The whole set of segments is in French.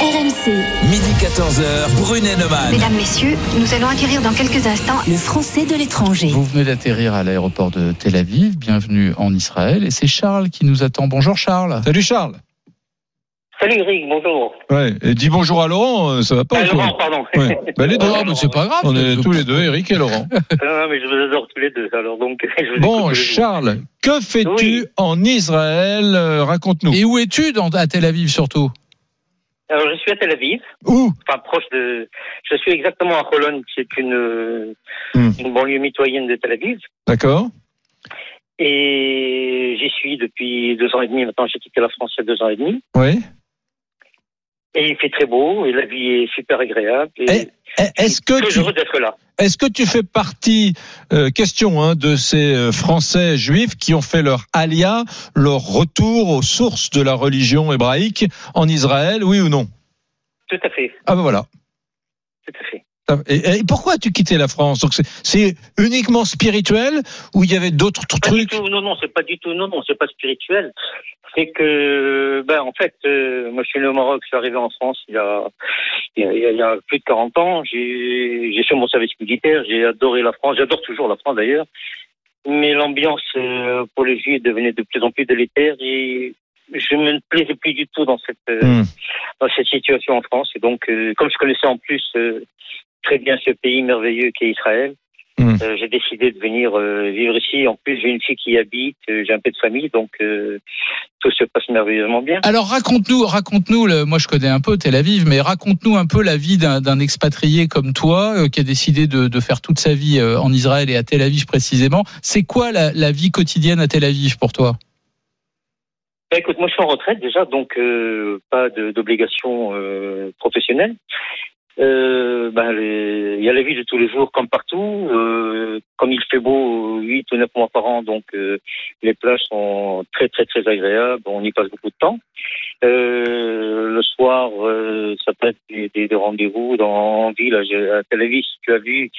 RMC, Midi 14h, Brunet Neumann. Mesdames, Messieurs, nous allons acquérir dans quelques instants le français de l'étranger. Vous venez d'atterrir à l'aéroport de Tel Aviv, bienvenue en Israël, et c'est Charles qui nous attend. Bonjour Charles. Salut Charles. Salut Eric, bonjour. Ouais, et dis bonjour à Laurent, euh, ça va pas Ah, ou quoi Laurent, pardon. Oh, Ouais. Bah, les deux, Bonjour, mais Laurent. c'est pas grave. On est Je- tous les deux, Eric et Laurent. Non, non, mais je vous adore tous les deux. Alors donc, je vous écoute tous Bon, les Charles, que fais-tu Oui. en Israël Euh, Raconte-nous. Et où es-tu dans- à Tel Aviv surtout deux. Alors, je suis à Tel Aviv, Où enfin proche de. Je suis exactement à Holon, qui est une, euh, Hmm. une banlieue mitoyenne de Tel Aviv. D'accord. Et j'y suis depuis deux ans et demi. Maintenant, j'ai quitté la France il y a deux ans et demi. Oui. Et il fait très beau, et la vie est super agréable. Et Eh, Eh, Est-ce je que suis tu, heureux d'être là. est-ce que tu fais partie, euh, question, hein, de ces euh, Français juifs qui ont fait leur alia, leur retour aux sources de la religion hébraïque en Israël, oui ou non Tout à fait, Ah ben voilà. tout à fait. Et, et pourquoi as-tu quitté la France Donc c'est- c'est uniquement spirituel ou il y avait d'autres Pas du trucs tout, non, non, c'est pas du tout, non, non, c'est pas spirituel. C'est que, ben, en fait, euh, moi, je suis né au Maroc, je suis arrivé en France il y a, il y a, il y a plus de 40 ans. J'ai j'ai fait mon service militaire, j'ai adoré la France, j'adore toujours la France d'ailleurs. Mais l'ambiance euh, pour les Juifs devenait de plus en plus délétère et je me plaisais plus du tout dans cette, euh, Hmm. dans cette situation en France. Et donc, euh, comme je connaissais en plus euh, très bien ce pays merveilleux qu'est Israël, Mm. euh, j'ai décidé de venir euh, vivre ici. En plus, j'ai une fille qui y habite, euh, j'ai un peu de famille, donc euh, tout se passe merveilleusement bien. Alors raconte-nous, raconte-nous, le- moi je connais un peu Tel Aviv, mais raconte-nous un peu la vie d'un d'un expatrié comme toi euh, qui a décidé de, de faire toute sa vie euh, en Israël et à Tel Aviv précisément. C'est quoi la, la vie quotidienne à Tel Aviv pour toi Bah, écoute, moi je suis en retraite déjà, donc euh, pas de- d'obligation euh, professionnelle. Euh, bah, les- Il y a la vie de tous les jours comme partout. Euh, comme il fait beau euh, huit ou neuf mois par an, donc euh, les plages sont très très très agréables. On y passe beaucoup de temps. Euh, le soir, euh, ça peut être des, des- des rendez-vous dans en ville. à- À Tel Aviv, si tu as vu,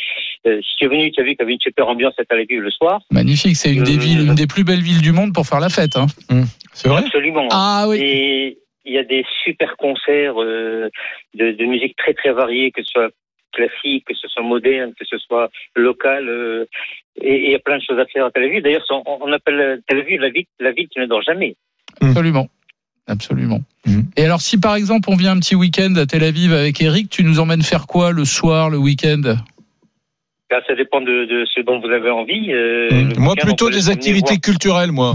euh, si tu es venu, tu as vu qu'il y avait une super ambiance à Tel Aviv le soir. Magnifique, c'est une des Euh, villes, une des plus belles villes du monde pour faire la fête. Hein. C'est vrai Absolument. Ah oui. Et il y a des super concerts euh, de, de musique très très variée, que ce soit classique, que ce soit moderne, que ce soit local. euh, et et il y a plein de choses à faire à Tel Aviv. D'ailleurs, on, on appelle euh, Tel Aviv la ville, la ville qui ne dort jamais. Absolument. Absolument. Mhm. Et alors, si par exemple on vient un petit week-end à Tel Aviv avec Eric, tu nous emmènes faire quoi le soir, le week-end Là, ça dépend de, de ce dont vous avez envie. euh, Hmm. le Moi, week-end, on plutôt peut des se promener activités culturelles, moi.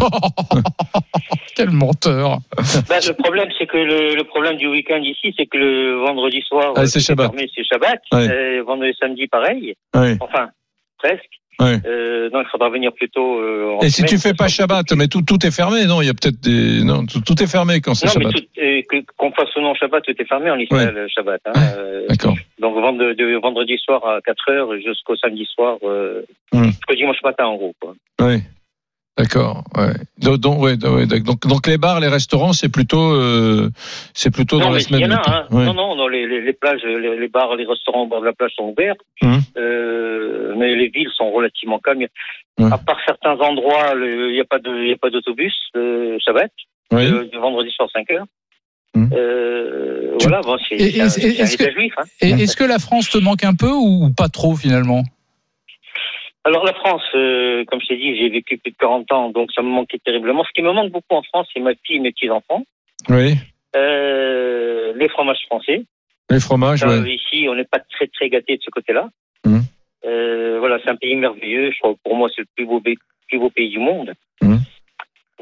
Quel menteur voir. Bah, le problème, c'est que le, le problème du week-end ici, c'est que le vendredi soir, Ah, euh, c'est Shabbat. fermé, c'est Shabbat. Ouais. Euh, vendredi samedi, pareil. Ouais. Enfin, presque. Ouais. Euh, non, il faudra venir plus tôt. euh, en Et si semaine, tu fais ce pas sera Shabbat, mais tout, tout est fermé, non Il y a peut-être des. Non, tout, tout est fermé quand c'est Non, Shabbat. mais tout, euh, que- qu'on fasse ou non Shabbat, tout est fermé en Israël, euh, Shabbat. hein. Ouais. Euh, D'accord. donc vend- de, vendredi soir à 4h jusqu'au samedi soir, euh, Hmm. jusqu'au dimanche matin en gros. Quoi. Oui. D'accord. Ouais. Donc, donc, ouais, donc, ouais, d'accord. donc, donc les bars, les restaurants, c'est plutôt, euh, c'est plutôt Non, dans la mais il semaine. y en a, hein. Ouais. non, non, non, les, les- les plages, les, les bars, les restaurants au bord de la plage sont ouverts, Hmm. Euh, mais les villes sont relativement calmes. Ouais. À part certains endroits, le- il n'y a pas de- il y a pas d'autobus, euh, Shabbat, Oui. euh, du vendredi soir 5h. Hmm. Euh, Tu- Voilà, bon, c'est Et- c'est un, et- c'est un est-ce que- État juif. hein. Et est-ce que la France te manque un peu ou pas trop finalement Alors la France, euh, comme je t'ai dit, j'ai vécu plus de 40 ans, donc ça me manquait terriblement. Ce qui me manque beaucoup en France, c'est ma fille et mes petits-enfants. Oui. Euh, les fromages français. Les fromages. Ça, Ouais. euh, ici, on n'est pas très très gâté de ce côté-là. Mhm. Euh, voilà, c'est un pays merveilleux. Je crois, que pour moi, c'est le plus beau, ba- plus beau pays du monde. Mhm.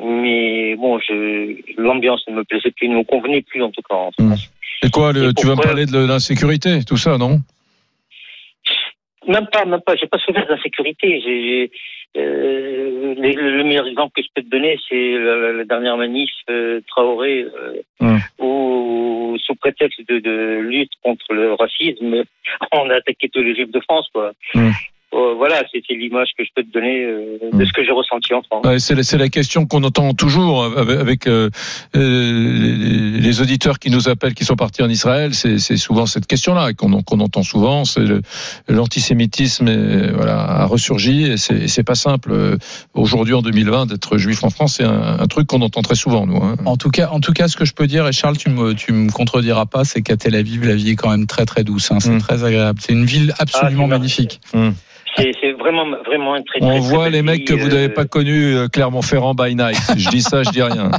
Mais bon, je, l'ambiance ne me plaisait plus, ne me convenait plus en tout cas en Mhm. France. Et quoi le- Et Tu vas me pourquoi- parler de l'insécurité, tout ça, non Même pas, même pas. J'ai pas souvenir d'insécurité. J'ai, j'ai, euh, les- le, meilleur exemple que je peux te donner, c'est la, la- la dernière manif euh, Traoré, euh, Ouais. où sous prétexte de, de lutte contre le racisme, on a attaqué tous les juifs de France, quoi. Ouais. Euh, voilà, c'était l'image que je peux te donner euh, Hum. de ce que j'ai ressenti en France. Ouais, c'est la, c'est la question qu'on entend toujours avec, avec, euh, euh, les auditeurs qui nous appellent, qui sont partis en Israël. C'est c'est souvent cette question-là qu'on qu'on entend souvent. C'est le- l'antisémitisme euh, voilà, a ressurgi et c'est et c'est pas simple. Euh, Aujourd'hui, en 2020, d'être juif en France, c'est un, un truc qu'on entend très souvent, nous. hein. En tout cas, en tout cas, ce que je peux dire, et Charles, tu me, tu me contrediras pas, c'est qu'à Tel Aviv, la vie est quand même très très douce. hein. c'est Mm. très agréable. C'est une ville absolument Ah, c'est magnifique. C'est c'est vraiment, vraiment un très, très, On très voit bel les mecs que pays, vous n'avez euh, pas connus, euh, Clermont-Ferrand by night. Je dis ça, je dis rien.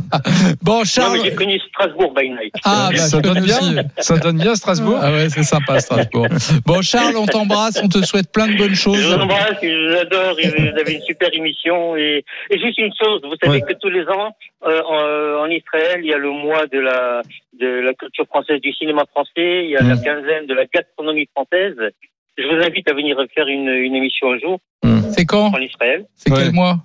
Bon, Non, Charles. mais j'ai connu Strasbourg by night. Ah, bah, je ça, donne connais bien, aussi. ça donne bien Strasbourg. Ah ouais, c'est sympa Strasbourg. Bon, Charles, on t'embrasse, on te souhaite plein de bonnes Je choses. vous embrasse, je vous adore, et vous avez une super émission. Et, et juste une chose, vous savez que tous les ans, euh, en, en Israël, il y a le mois de la, de la culture française, du cinéma français, il y a la quinzaine de la gastronomie française. Je vous invite à venir faire une, une émission un jour C'est quand en Israël. C'est Ouais. quel mois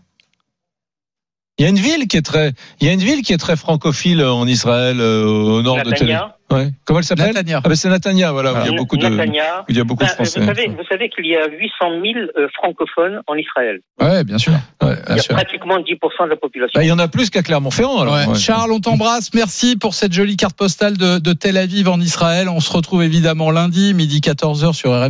Il y a une ville qui est très, il y a une ville qui est très francophile euh, en Israël, euh, au nord de Tel Aviv. Natania, Ouais. Comment elle s'appelle Natania. Ah ben c'est Natania, voilà. où Il y a beaucoup de, Natania. où il y a beaucoup de Ben, Français. vous savez, vous savez qu'il y a 800 000 euh, francophones en Israël. Ouais, bien sûr. Ouais, Il ouais. y a sûr. pratiquement 10% de la population. Bah, il y en a plus qu'à Clermont-Ferrand. Alors. Ouais. Ouais. Charles, on t'embrasse. Merci pour cette jolie carte postale de, de Tel Aviv en Israël. On se retrouve évidemment lundi, midi 14h sur RMC.